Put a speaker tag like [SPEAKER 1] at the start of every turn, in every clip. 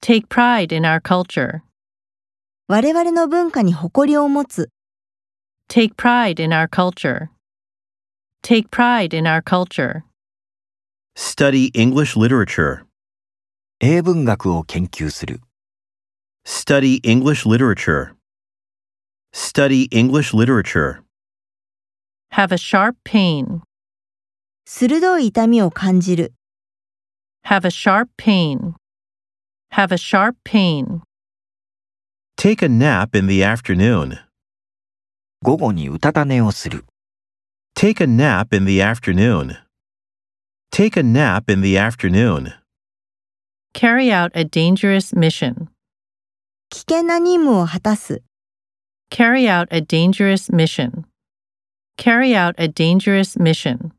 [SPEAKER 1] take pride in our culture,
[SPEAKER 2] 我々の文化に誇りを持つ、
[SPEAKER 1] take pride in our culture, take pride in our culture,
[SPEAKER 3] Study English literature.
[SPEAKER 4] 英文学を研究する
[SPEAKER 3] Study English literature. Study English literature.
[SPEAKER 1] have a sharp pain,
[SPEAKER 2] 鋭い痛みを感じる、
[SPEAKER 1] have a sharp pain, have a sharp pain,
[SPEAKER 3] Take a nap in the afternoon.
[SPEAKER 4] 午後にうたた寝をする
[SPEAKER 3] Take a nap in the afternoon. Take a nap in the afternoon.
[SPEAKER 1] carry out a dangerous mission,
[SPEAKER 2] 危険な任務を果たす、
[SPEAKER 1] carry out a dangerous mission, carry out a dangerous mission,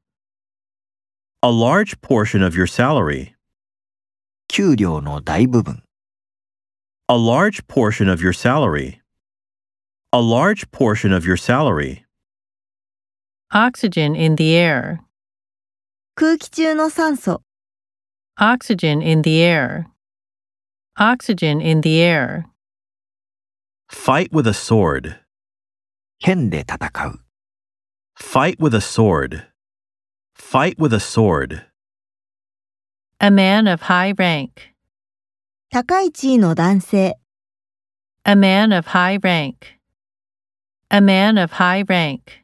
[SPEAKER 3] A large portion of your salary.
[SPEAKER 4] 給料の大部分
[SPEAKER 3] A large portion of your salary. A large portion of your salary.
[SPEAKER 1] oxygen in the air,
[SPEAKER 2] 空気中の酸素、
[SPEAKER 1] oxygen in the air, oxygen in the air,
[SPEAKER 3] Fight with a sword.
[SPEAKER 4] 剣で戦う
[SPEAKER 3] Fight with a sword. Fight with a sword.
[SPEAKER 1] a man of high rank.
[SPEAKER 2] 高い地位の男性、
[SPEAKER 1] A man of high rank. A man of high rank.